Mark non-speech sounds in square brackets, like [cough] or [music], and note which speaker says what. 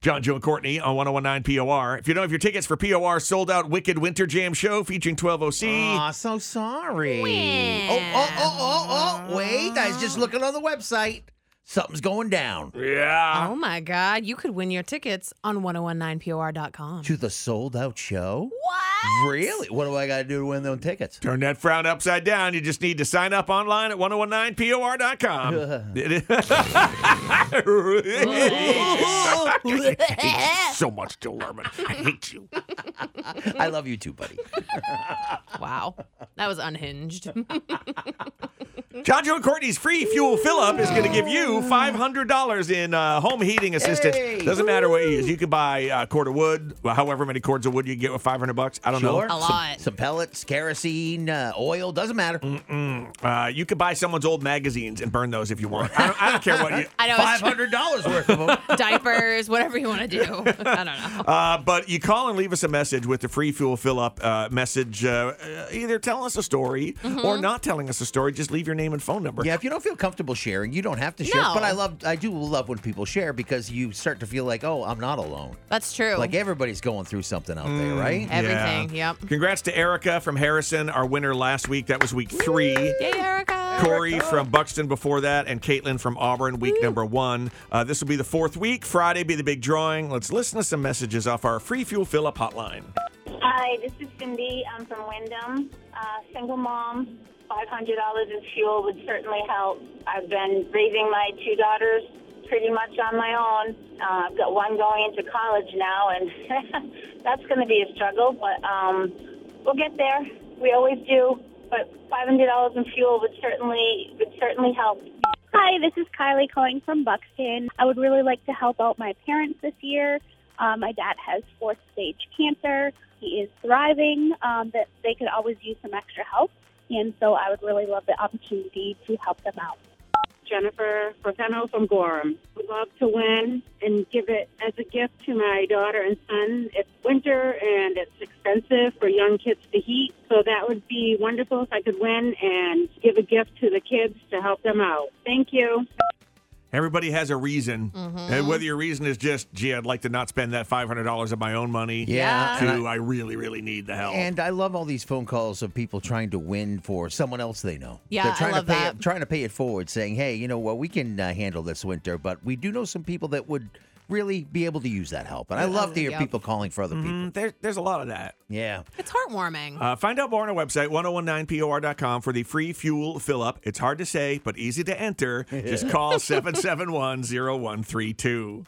Speaker 1: John, Joe, and Courtney on 1019 POR. If you don't have your tickets for POR sold out Wicked Winter Jam show featuring 12OC.
Speaker 2: Aw, so sorry.
Speaker 3: Wah.
Speaker 2: Oh, oh, oh, oh, oh. Wait, I was just looking on the website. Something's going down.
Speaker 1: yeah.
Speaker 3: Oh my God, you could win your tickets on 1019por.com.
Speaker 2: To the sold out show?
Speaker 3: What?
Speaker 2: Really? What do I got to do to win those
Speaker 3: [laughs]
Speaker 2: tickets?
Speaker 1: Turn that frown upside down. You just need to sign up online at oh
Speaker 2: [laughs]
Speaker 1: 1019por.com. [laughs] so much, Joe Lerman. I hate you.
Speaker 2: I love you too, buddy.
Speaker 3: Wow. That was unhinged. [laughs]
Speaker 1: John, Joe, and Courtney's free fuel fill up is going to give you $500 in uh, home heating assistance.
Speaker 2: Hey.
Speaker 1: Doesn't matter what it is. You can buy a cord of wood, well, however many cords of wood you can get with 500 bucks. I don't
Speaker 2: Sure.
Speaker 3: A
Speaker 1: know.
Speaker 3: lot.
Speaker 2: Some, some pellets, kerosene, uh, oil, doesn't matter.
Speaker 3: Mm.
Speaker 1: Uh, you could buy someone's old magazines and burn those if you want. I don't, I don't care what
Speaker 3: [laughs]
Speaker 1: you.
Speaker 3: I know. it's
Speaker 2: $500 worth of them.
Speaker 3: diapers, whatever you want to do. I don't know.
Speaker 1: Uh, but you call and leave us a message with the free fuel fill up uh, message. Uh, uh, either telling us a story
Speaker 3: Mm-hmm.
Speaker 1: or not telling us a story. Just leave your name and phone number.
Speaker 2: Yeah, if you don't feel comfortable sharing, you don't have to share. But I
Speaker 3: No.
Speaker 2: love, I do love when people share because you start to feel like, oh, I'm not alone.
Speaker 3: That's true.
Speaker 2: Like everybody's going through something out
Speaker 3: Mm.
Speaker 2: there, right?
Speaker 3: Everything.
Speaker 1: Yeah.
Speaker 3: Yep.
Speaker 1: Congrats to Erica from Harrison, our winner last week. That was week three.
Speaker 3: Yay, Erica.
Speaker 1: Corey from Buxton before that, and Caitlin from Auburn, week number one. Uh, this will be the fourth week. Friday be the big drawing. Let's listen to some messages off our free fuel fill up hotline.
Speaker 4: Hi, this is Cindy. I'm from Wyndham. Uh, single mom. Five hundred dollars in fuel would certainly help. I've been raising my two daughters pretty much on my own. Uh, I've got one going into college now, and [laughs] that's going to be a struggle. But um, we'll get there. We always do. But five hundred dollars in fuel would certainly would certainly help.
Speaker 5: Hi, this is Kylie calling from Buxton. I would really like to help out my parents this year. Um, my dad has fourth stage cancer. He is thriving, um, but they could always use some extra help. And so I would really love the opportunity to help them out.
Speaker 6: Jennifer Ravenno from Gorham. Would love to win and give it as a gift to my daughter and son. It's winter and it's expensive for young kids to heat, so that would be wonderful if I could win and give a gift to the kids to help them out. Thank you.
Speaker 1: Everybody has a reason,
Speaker 2: Mm-hmm.
Speaker 1: and whether your reason is just, gee, I'd like to not spend that five hundred dollars of my own money.
Speaker 2: Yeah.
Speaker 1: To I, really, really need the help.
Speaker 2: And I love all these phone calls of people trying to win for someone else they know.
Speaker 3: Yeah,
Speaker 2: they're
Speaker 3: I
Speaker 2: trying
Speaker 3: love
Speaker 2: to pay
Speaker 3: that.
Speaker 2: It, trying to pay it forward, saying, "Hey, you know what? We can uh, handle this winter, but we do know some people that would really be able to use that help." And I love to hear
Speaker 3: yep.
Speaker 2: people calling for other people.
Speaker 1: Mm,
Speaker 3: Mm-hmm.
Speaker 1: there, there's a lot of that.
Speaker 2: Yeah,
Speaker 3: It's heartwarming.
Speaker 1: Uh, find out more on our website, 1019por.com, for the free fuel fill up.
Speaker 2: [laughs]
Speaker 1: It's hard to say, but easy to enter. Just call 771 0132.